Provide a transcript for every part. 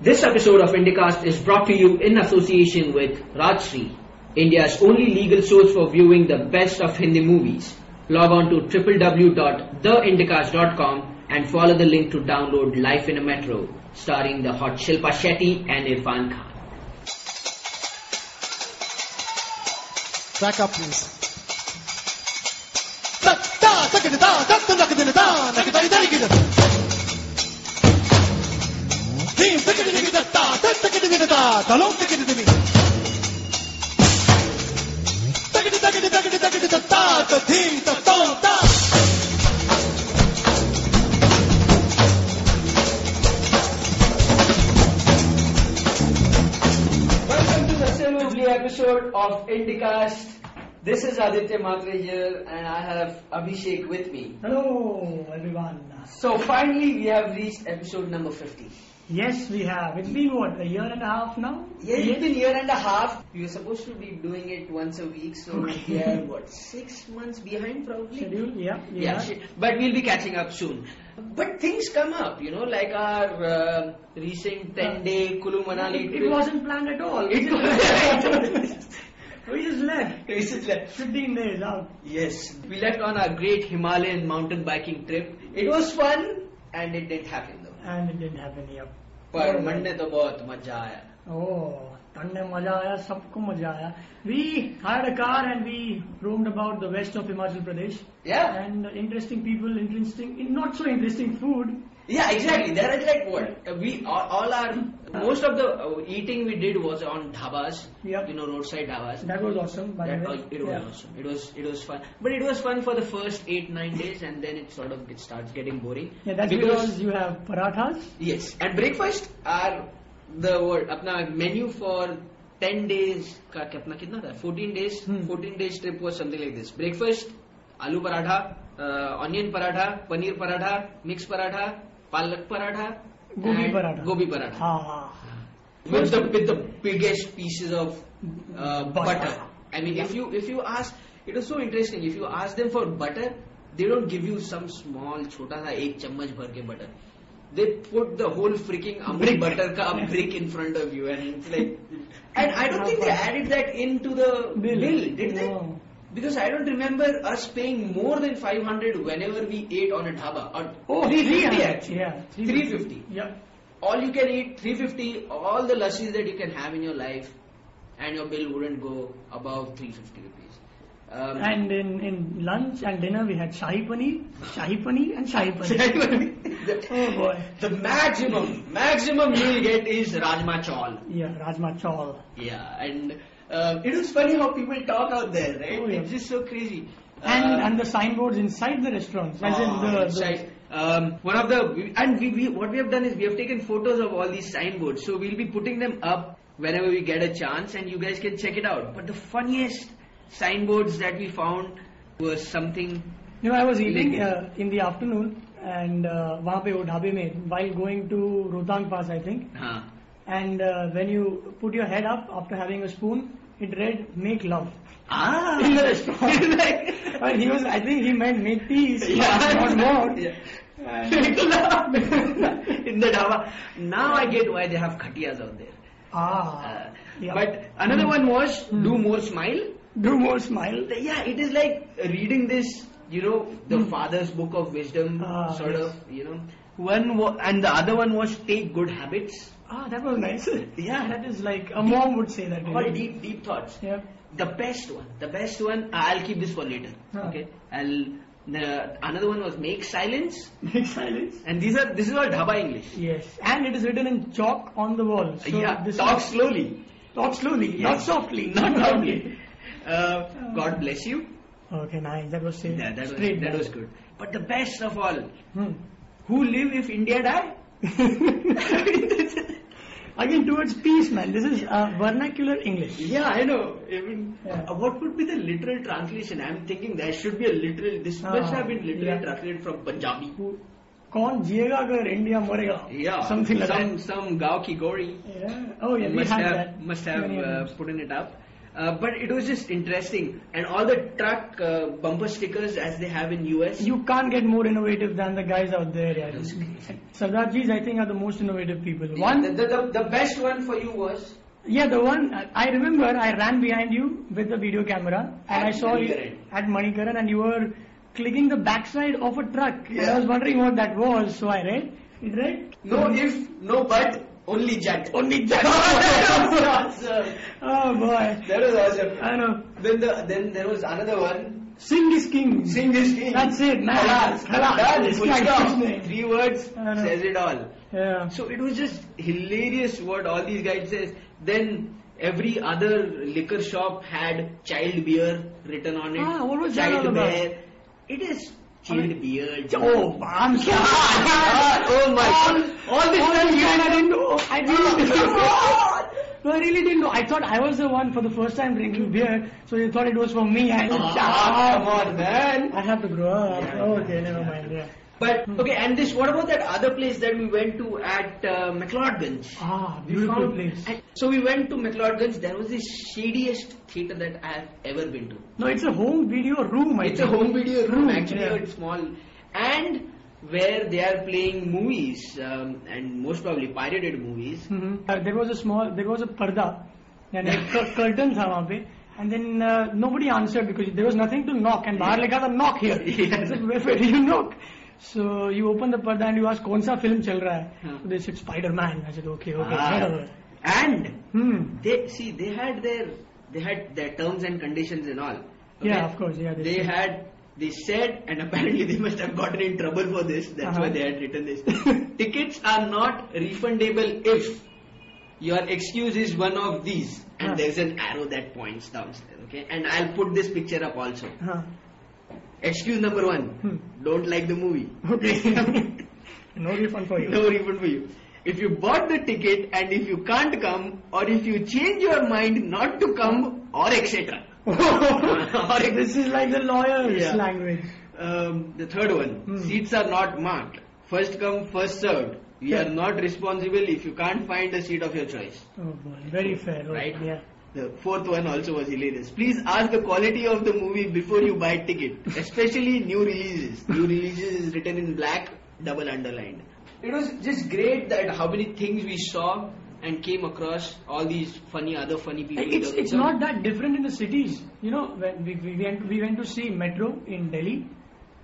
This episode of IndiCast is brought to you in association with Rajshree, India's only legal source for viewing the best of Hindi movies. Log on to www.theindicast.com and follow the link to download Life in a Metro, starring the hot Shilpa Shetty and Irfan Khan. Back up, please. Da, da, da, da, da, da, da, da, da, da, da, da, da, da, da. Team, da, da, da, da, da, da, da, da, da, da, da, long, da, da, da, da. Da, da, da, da, da, da, da, da, da, da, da, team, da, da, da. Welcome to the Silverly episode of IndiCast. This is Aditya Matre here, and I have Abhishek with me. Hello everyone. So finally, we have reached episode number 50. Yes, we have. It's been what a year and a half now. Yeah, it's been year and a half. We were supposed to be doing it once a week, so we are what six months behind probably. Schedule. Yeah. we Yeah, are. shit. but we'll be catching up soon. But things come up, you know, like our uh, recent 10-day Kulu Manali It, trip. it wasn't planned at all. It was- we just left. This is like- 15 days out. Yes, we left on our great Himalayan mountain biking trip. It was fun, and it didn't happen though. And it didn't happen. Yep. पर Monday तो बहुत मजा आया Oh, ठंड में मजा आया सबको मजा आया we hired a car and we roamed about the west of Himachal Pradesh Yeah. and interesting people interesting not so interesting food Yeah, exactly. There are like what uh, we all, all our most of the uh, eating we did was on dhabas. Yep. You know, roadside dhabas. that was awesome by That the way was, it was Yeah. awesome. It was it was fun, but it was fun for the first eight nine days, and then it sort of it starts getting boring. yeah that's because, you have parathas yes, and breakfast are the word. अपना menu for ten days का कितना कितना था? Fourteen days. Hmm. Fourteen days trip was something like this. Breakfast, आलू paratha, uh, onion paratha, paneer paratha, mix paratha, पालक पराठा, गोभी and paratha गोभी पराठा. हाँ हाँ with the with the biggest pieces of uh, butter. Butter. I mean, if you if you ask, it is so interesting. If you ask them for butter, they don't give you some small छोटा सा एक चम्मच भर के butter. They put the whole freaking amul butter ka brick in front of you, and it's like, and I don't think they added that into the bill, Bill. did they? No. Because I don't remember us paying more than 500 whenever we ate on a dhaba. Or Oh, 350 yeah. actually. Yeah, 350 Yep. all you can eat 350 all the lassis that you can have in your life and your bill wouldn't go above 350 rupees um, And in, in lunch and dinner we had shahi paneer, shahi paneer and shahi paneer. the, oh boy. the maximum maximum you'll get is rajma chawl Yeah, rajma chawal. yeah and uh, it is funny how people talk out there right Oh, yeah. it's just so crazy And Uh, and the signboards inside the restaurants. As in Ah, the, the- inside. Um, one of the and we, we what we have done is we have taken photos of all these signboards, so we'll be putting them up whenever we get a chance, and you guys can check it out. But the funniest signboards that we found were something. You know, I was eating Like- uh, in the afternoon and uh, वहाँ पे वो ढाबे में while going to Rohtang Pass I think Huh. and uh, when you put your head up after having a spoon it read make love. Ah, In the restaurant. Like- But he was I think he meant make peace, Yeah. not more. Yeah. And- in the dhaba. Now I get why they have khatiyas out there. ah, Uh, yeah. Hmm. But another one was do more smile. do more smile. Yeah, it is like reading this, you know, the father's book of wisdom, Hmm. Ah, sort yes. of, you know. One wa- and the other one was take good habits. Ah, that was nice. Yeah. that is like a mom would say that. All really. deep, deep thoughts. Yeah. The best one, the best one. I'll keep this for later. Ah. Okay. I'll. The, another one was make silence, Make silence. and these are this is all Dhaba English. Yes, and it is written in chalk on the wall. So yeah, This talk is- slowly, talk slowly, Yeah. not softly, not loudly. Uh, God bless you. Okay, nice. That was safe. Yeah, that was Straight that back. was good. But the best of all, Hmm. who live if India die? Again, towards peace, man. This is uh, vernacular English. Yeah, I know. I mean, Yeah. uh, what would be the literal translation? I'm thinking there should be a literal. This Ah, must have been literally yeah. translated from Punjabi. कौन जिएगा अगर India मरेगा? Yeah, Something like some that. some Gao ki gori Yeah. Oh yeah, we must had have that. must have Many uh, times. put in it up. Uh, but it was just interesting, and all the truck uh, bumper stickers as they have in US. You can't get more innovative than the guys out there. Yeah. Sardarjis, I think, are the most innovative people. One, the, the, the, the best one for you was Yeah, the one I I remember I ran behind you with the video camera and At I saw you Manikaran. at Manikaran and you were clicking the backside of a truck. And I was wondering what that was, so I read. It read no if no but only jet. Mm-hmm. only that. that was awesome. oh boy. That was awesome. I know. Then the then there was another one. Sing is king. Sing is king. That's it, man. Halas. Halas. This Full guy stop. is name. Three words I know. says it all. Yeah. So it was just hilarious what all these guys says. Then every other liquor shop had child beer written on it. Ah, what was that child all about? beer. It is chilled I mean- beer. Oh, I'm so Ah, oh my God. All, all this time you and I didn't know. I really God. didn't know. No, I really didn't know. I thought I was the one for the first time drinking beer, so you thought it was for me. I Ah, come on, man. I have to grow up. Yeah, okay, yeah, never yeah. mind. Yeah. But okay, and this. What about that other place that we went to at uh, McLeodganj? Ah, We beautiful found- place. and- so we went to McLeodganj. There was the shadiest theater that I have ever been to. No, it's a home video room. I It's a think. home video room, Room, actually, yeah. it's small, and where they are playing movies um, and most probably pirated movies. Mhm. Uh, there was a small, there was a parda, and a cur- curtain था वहाँ पे, and then uh, nobody answered because there was nothing to knock, and बाहर लिखा था knock here. Yeah. I said, where, where do you knock? So you open the parda and you ask कौन सा film चल रहा है? हाँ. So they said Spider Man. I said okay, okay. Ah, whatever." and Hmm. they see they had their they had their terms and conditions and all. Yeah, of course, yeah, they they said. had they said, and apparently they must have gotten in trouble for this. That's why Uh-huh. they had written this. Tickets are not refundable if your excuse is one of these, and Huh. there's an arrow that points downstairs. Okay, and I'll put this picture up also. हाँ. Excuse number one: Hmm. don't like the movie. Okay. no refund for you. No refund for you. If you bought the ticket and if you can't come, or if you change your mind not to come, or etc. this is like the lawyer's Yeah. language. Um, the third one, Hmm. seats are not marked. First come, first served. We Yeah. are not responsible if you can't find a seat of your choice. Oh boy, very fair. Okay, Right. Yeah. The fourth one also was hilarious. Please ask the quality of the movie before you buy ticket, especially new releases. New releases is written in black, double underlined. It was just great that how many things we saw and came across all these funny other funny people. It's it's So- not that different in the cities. You know, when we, we went we went to see Metro in Delhi,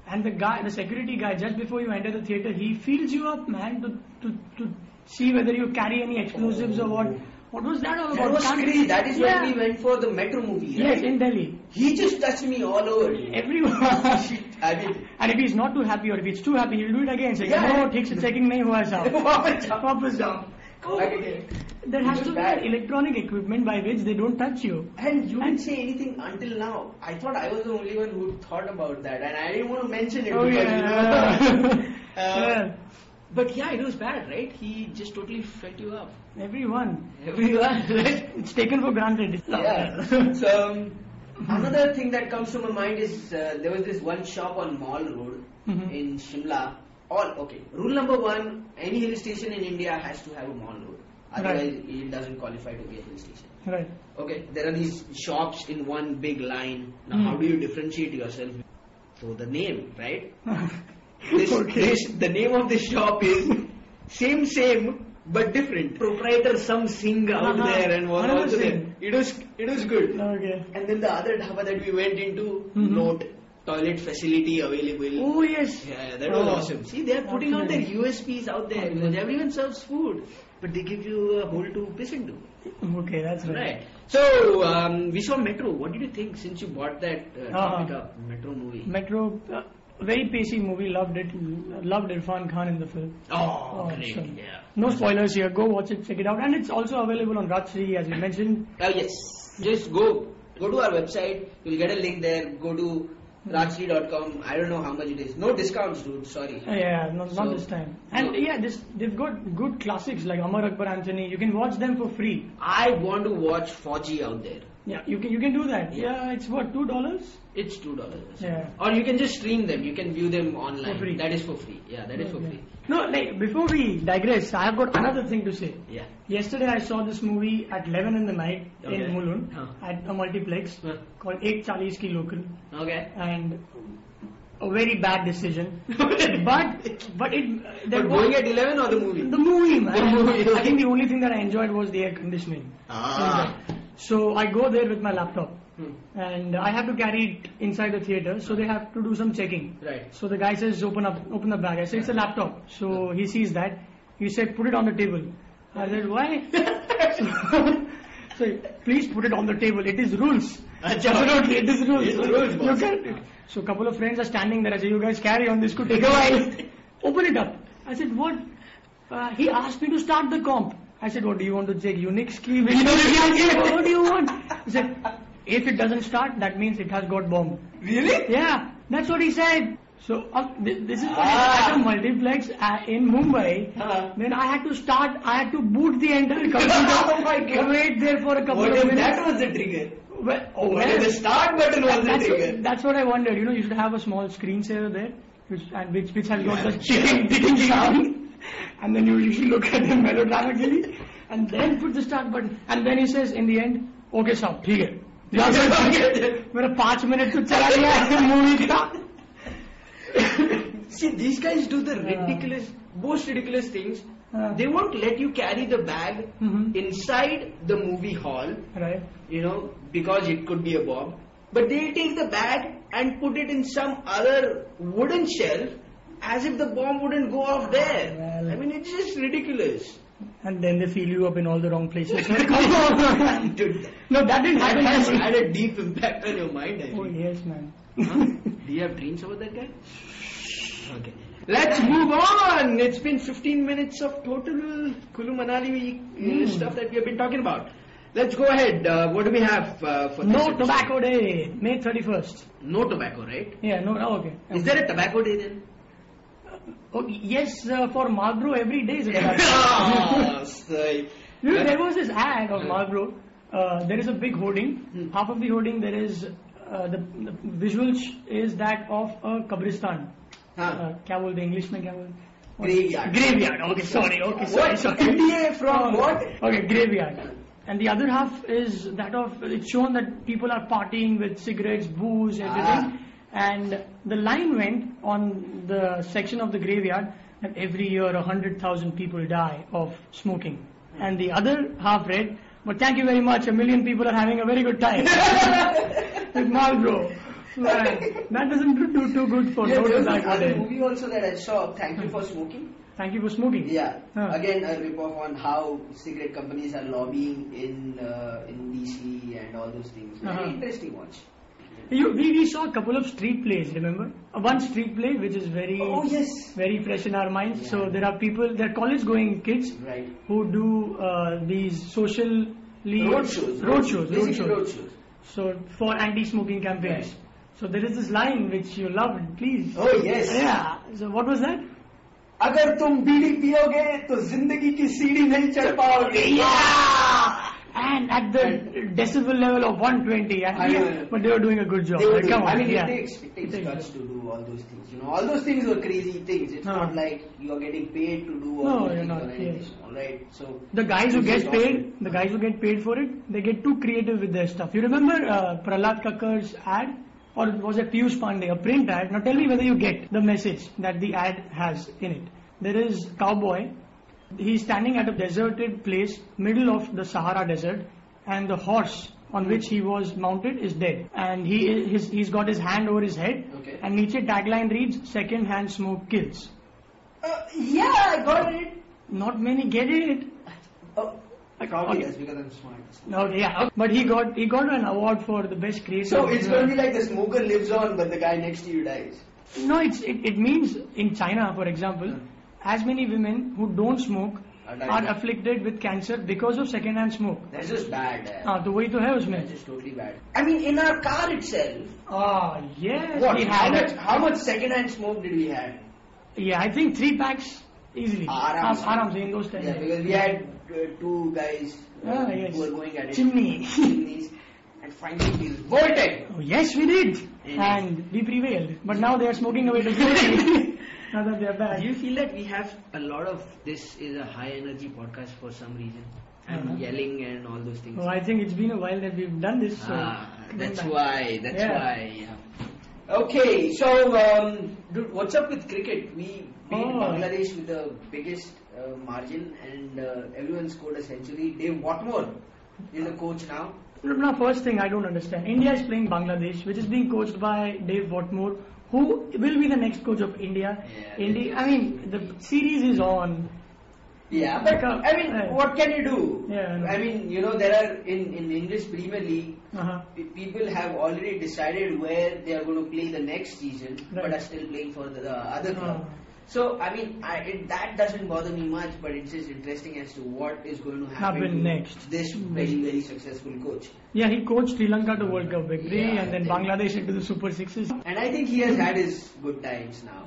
and the guy, the security guy, just before you enter the theater, he feels you up, man, to to to see whether you carry any explosives or what. What was that all That about? was Can't- crazy. That is yeah. when we went for the Metro movie. Right? Yes, in Delhi, He just touched me all over. everyone. I mean, and if he's not too happy or if he's too happy, he'll do it again. "Oh, Saying, Yeah. no, ठीक से checking नहीं हुआ है साहब." वापस जाओ. Oh, There has It was to be bad. Oh, electronic equipment by which they don't touch you. And you didn't say anything until now. I thought I was the only one who thought about that, and I didn't want to mention it. because, you know, Oh, Uh, Yeah. but yeah, it was bad, right? He just totally fed you up. Everyone. Everyone, right? It's taken for granted. Yeah. So um, another thing that comes to my mind is uh, there was this one shop on Mall Road Mhm. in Shimla. All okay. Rule number one: any hill station in India has to have a mall road. Otherwise, it doesn't qualify to be a hill station. Right. Okay, there are these shops in one big line. Now, Hmm. how do you differentiate yourself? So the name, right? This, Okay. this, the name of this shop is same, same, but different. Proprietor, some singer out Uh-huh. there, and was Another also there. Singh. It was, it was good. okay. And then the other dhaba that we went into, Mhm. note toilet facility available. Oh yes. Yeah, that was Oh. awesome. See, they are putting out their USPs out there Okay. because everyone serves food, but they give you a hole to piss into. Okay, that's right. Right. So um, we saw Metro. What did you think since you bought that uh, topic Uh-huh. up, Metro movie? Metro, uh, very pacey movie. Loved it. Loved Irfan Khan in the film. Oh, great. Awesome. Yeah. No spoilers here. Go watch it. Check it out. And it's also available on Ratri, as we mentioned. Uh, yes. Just go go to our website. You'll get a link there. Go to Hmm. rajshri.com. I don't know how much it is. No discounts, dude. Sorry. Uh, Yeah, not, So- not this time. And No. yeah, this they've got good classics like Amar Akbar Anthony. You can watch them for free. I want to watch 4G out there. Yeah, you can you can do that. Yeah. Yeah, it's what two dollars. It's two dollars. Yeah. Or you can just stream them. You can view them online. For free. That is for free. Yeah, that is for Okay. free. No, like, before we digress, I have got another thing to say. Yeah. Yesterday I saw this movie at 11 in the night Okay. Ah. in Mulund Huh. at a multiplex Huh. called 840 Ki Local Okay. and a very bad decision. but but but it there but was- going at 11 or the movie? the movie man. The movie. I think the only thing that I enjoyed was the air conditioning. Ah. So I go there with my laptop Hmm. and I have to carry it inside the theater. So they have to do some checking. Right. So the guy says, open up, open the bag. I said, it's a laptop. So he sees that. He said, put it on the table. I said, why? so, so please put it on the table. It is rules. Absolutely, it is rules. It is rules, You boss. can- so couple of friends are standing there. I said, you guys carry on. This could take a while. open it up. I said, what? Uh, he asked me to start the comp. I said, what do you want to check? Unix key? Windows key? I said, what do you want? He said, if it doesn't start, that means it has got bombed. Really? Yeah, that's what he said. So uh, th- this is what Ah. ah. at a multiplex uh, in Mumbai. Uh-huh. Then I had to start. I had to boot the entire computer. Oh my God. Wait there for a couple What of if minutes. that was the trigger? well, oh, What well, if the start button was the that's, trigger? what, that's what I wondered. You know, you should have a small screensaver there, which and which which has got Yeah. the ticking ticking sound, and then you you should look at them melodramatically, and then put the start button, and then he says in the end, okay, साहब ठीक है." यहाँ से ठीक है मेरा पांच minute तो चला गया है मूवी का See, these guys do the Yeah. ridiculous, most ridiculous things. Yeah. They won't let you carry the bag Mhm. inside the movie hall, Right. you know, because it could be a bomb. But they take the bag and put it in some other wooden shelf as if the bomb wouldn't go off there. Well. I mean, it's just ridiculous. And then they feel you up in all the wrong places. Come on. Dude, no, that didn't that happen. has had a deep impact on your mind, I oh think. yes, man. Huh? Do you have dreams about that guy? Okay. Let's move on. It's been 15 minutes of total Kulu Manali uh, Hmm. stuff that we have been talking about. Let's go ahead. Uh, what do we have uh, for this no episode? tobacco day, May thirty first. No tobacco, right? Yeah. No. Oh, okay. Is there a tobacco day then? Oh, yes, uh, for Marlboro every day is a tobacco. Ah, say. you know, there was this ad of Yeah. Marlboro. Uh, there is a big hoarding. Hmm. Half of the hoarding there is uh, the, the visuals is that of a Kabristan. Huh. Uh, क्या बोलते हैं English में क्या बोलते हैं? Graveyard. Graveyard. Okay, sorry. Okay, sorry. What? sorry. NDA Oh, from what? Okay, graveyard. And the other half is that of it's shown that people are partying with cigarettes, booze, Ah. everything. And the line went on the section of the graveyard that every year a hundred thousand people die of smoking. And the other half read, but thank you very much, a million people are having a very good time with Marlboro. Man, that doesn't do too, too good for Yeah, no there was tobacco another there. movie also that I saw. Thank you for smoking. Thank you for smoking. Yeah. Huh. Again, a ripoff on how cigarette companies are lobbying in uh, in DC and all those things. Very Uh-huh. interesting watch. You, we, we saw a couple of street plays, remember? Uh, One street play which is very Oh yes. very fresh in our minds. So Yeah. there are people, there are college going kids Right. who do uh, these social Road shows. road shows, road Basically shows. road shows. So for anti-smoking campaigns. Right. So there is this line which you loved, please. Oh yes. Yeah. So what was that? अगर तुम बीड़ी पियोगे तो जिंदगी की सीढ़ी नहीं चढ़ पाओगे. Yeah. And at the decibel level of 120, and I yeah, know. but they were doing a good job. They were Like, doing- come I on, mean, yeah. it takes it takes It takes- guts to do all those things. You know, all those things were crazy things. It's Huh. not like you're getting paid to do all No, those you're things not, or anything. yes. All right. So The guys who This is get awesome. paid, the guys who get paid for it, they get too creative with their stuff. You remember uh, Prahlad Kakkar's ad, or was it Piyush Pandey, a print ad? Now tell me whether you get the message that the ad has in it. There is cowboy. He's standing at a deserted place, middle of the Sahara desert, and the horse on which he was mounted is dead, and he his, he's got his hand over his head. Okay. And Nietzsche tagline reads, "Second hand smoke kills." uh, yeah, I got it. Not many get it. Oh, I- probably okay. that's because I'm smart. Okay, yeah. But he got he got an award for the best creator. So it's going to be like the smoker lives on, but the guy next to you dies. no, it's it, it means in China, for example, Hmm. as many women who don't smoke Are dying. are afflicted with cancer because of secondhand smoke. That's just bad. eh? Ah, तो वही तो है उसमें. That's just totally bad. I mean, in our car itself, Ah, yes. what? we How had much? it. How much secondhand smoke did we have? Yeah, I think three packs easily. Aaram se. Ah, आराम से in those times. Yeah, because we had uh, two guys uh, Ah, yes. who were going at it. Chimney. Chimneys. And finally, we revolted. Oh, yes, we did, Yes. and we prevailed. But now they are smoking away the glory. now that they're back. Do you feel that we have a lot of this is a high energy podcast for some reason? And Uh-huh. yelling and all those things. Oh, I think it's been a while that we've done this. So ah, come that's back. why. That's Yeah. why. Yeah. Okay, so um, dude, what's up with cricket? We beat Oh. Bangladesh with the biggest uh, margin, and uh, everyone scored a century. Dave Watmore is the coach now. Now, first thing I don't understand. India is playing Bangladesh, which is being coached by Dave Watmore, who will be the next coach of India. Yeah, India. that's- I mean, the series is on. Yeah, but uh, Because- I mean, yeah. what can you do? Yeah, I know. I mean, you know, there are in in English Premier League, Uh-huh. Pe- people have already decided where they are going to play the next season but Right. are still playing for the, the other Ah. club so i mean I, it, that doesn't bother me much but it's just interesting as to what is going to happen, Happen to next. Mm-hmm. this very very successful coach Yeah, he coached Sri Lanka to World Cup victory Yeah, and then they- Bangladesh into the Super Sixes. Uh, and i think he has had his good times now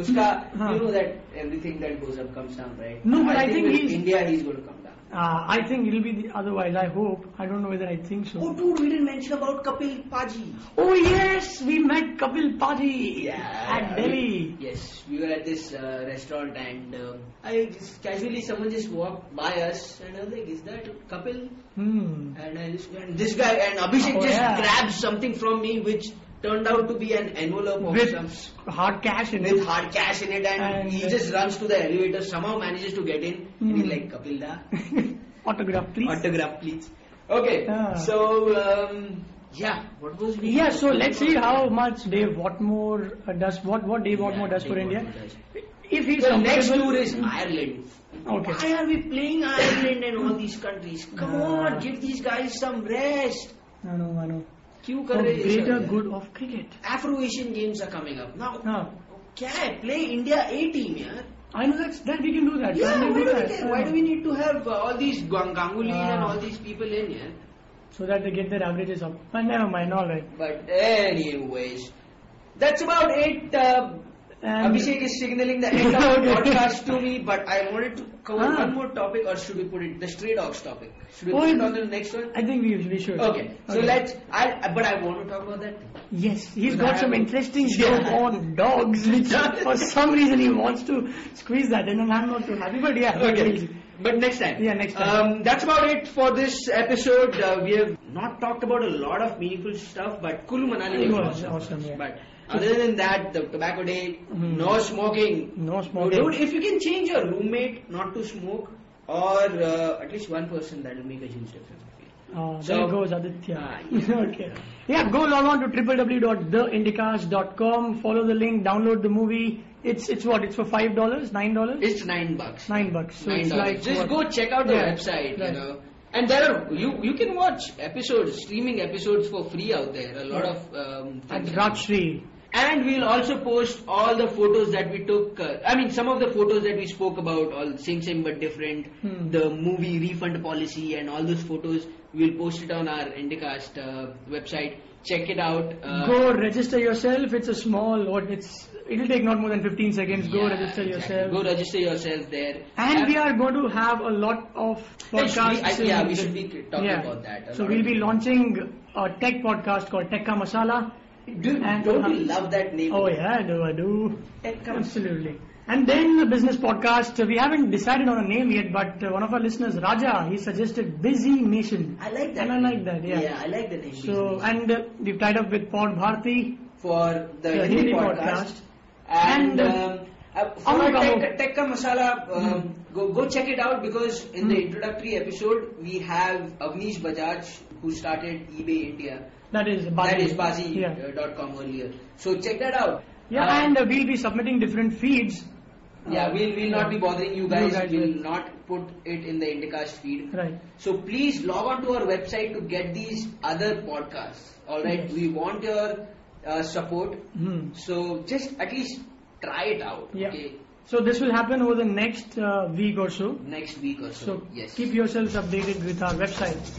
Uska, Huh. you know that everything that goes up comes down, right? Uh-huh. No, but I think with he's- India he's going to come down. Uh, I think it'll be the otherwise. I hope. I don't know whether I think Oh, so. dude, we didn't mention about Kapil Paji. Oh yes, we met Kapil Pati at yeah, Delhi. we- yes, we were at this uh, restaurant and um, I just casually someone just walked by us and I was like, "Is that Kapil?" Hmm. And I just and this guy and Abhishek Oh, just yeah. grabbed something from me, which turned out to be an envelope of some With hard cash in with it. hard cash in it, and, And- uh, he just runs to the elevator, somehow manages to get in, and he's Hmm. like, "Kapil da." Autograph, please. autograph, please. Okay, Yeah. so um, yeah, what was we- Ah. Yeah, so let's see how much Dave Watmore uh, does. What what Dave Watmore Yeah, does for Dave India? Watmore does. If he's The next comfortable- tour is Ireland. Okay. Why are we playing Ireland and all these countries? Come Yeah. on, give these guys some rest. I know, I know. क्यों कर For रहे हैं ये greater सब? good of cricket. Afro-Asian games are coming up now. Huh. क्या है? Play India A team, यार. I know that's that we can do that. Yeah, why we can do do we that. care? Why do we need to have uh, all these Gang- Ganguly and Yeah. all these people in here? Uh, So that they get their averages up. But never mind. All right. But anyways, that's about it. Uh, And- Abhishek is signaling the end of the Okay. podcast to me, but I wanted to cover Ah. one more topic, or should we put it the stray dogs topic? Should we Oh, put it yeah. on to the next one? I think we we should. Okay, so let's. I but I want to talk about that. Yes, he's But I got some have- interesting Yeah. joke on dogs, which for some reason he wants to squeeze that in, and I'm not too happy. But yeah, we'll- but next time. Yeah, next time. Um, that's about it for this episode. Uh, we have not talked about a lot of meaningful stuff, but Kulu Manali It was was awesome. awesome, yeah. But other than that, the Tobacco Day, Mhm. no smoking. no No, smoking. Dude, if you can change your roommate not to smoke, or uh, at least one person, that will make a huge difference. I feel. Uh, there So- goes Aditya. Ah, yeah. okay. Yeah, go log on to www.theindicast.com. Follow the link. Download the movie. It's it's what? It's for five dollars, nine dollars, It's nine bucks. nine bucks. So Nine it's dollars. like Just what? go check out the Yeah, website, right. you know. And there are you you can watch episodes, streaming episodes for free out there. A lot of um, At things. Rajshri. And we'll also post all the photos that we took. Uh, I mean, some of the photos that we spoke about, all same same but different. Hmm. The movie refund policy and all those photos. We'll post it on our Indicast uh, website. Check it out. Uh, go register yourself. It's a small. What? It's it'll take not more than 15 seconds. go yeah, register exactly. yourself. Go register yourself there. Uh, And we Have- are going to have a lot of Yes, we- podcasts. I- yeah, we in the- should be talking yeah. about that a So lot. we'll be launching a tech podcast called Tech Ka Masala. Dude, And- don't you love that name? Oh yeah, I do I do. Tech Ka Masala. Absolutely. And then the business podcast. We haven't decided on a name yet, but uh, one of our listeners, Raja, he suggested Busy Nation. I like that. And I like that. Yeah. Yeah, I like the name. So and uh, we've tied up with Pod Bharti. for the The Hindi, Hindi podcast, podcast. and, And, um, uh, for Amul our Kamool. Tech, Tech Ka Masala, Hmm. um, go go check it out because in the introductory episode we have Avnish Bajaj who started eBay India. That is Bharti. That is Bazi Yeah. uh, dot com earlier. So check that out. Yeah, Uh, and uh, we'll be submitting different feeds. yeah, we'll we'll not be bothering you You guys. guys we'll will. not put it in the Indicast feed. Right. So please log on to our website to get these other podcasts. All right, Yes. we want your uh, support. Hmm. So just at least try it out. Yeah. Okay. So this will happen over the next uh, week or so. next week or so. So yes. keep yourselves updated with our website.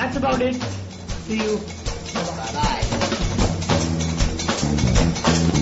That's about it. See you. Bye bye.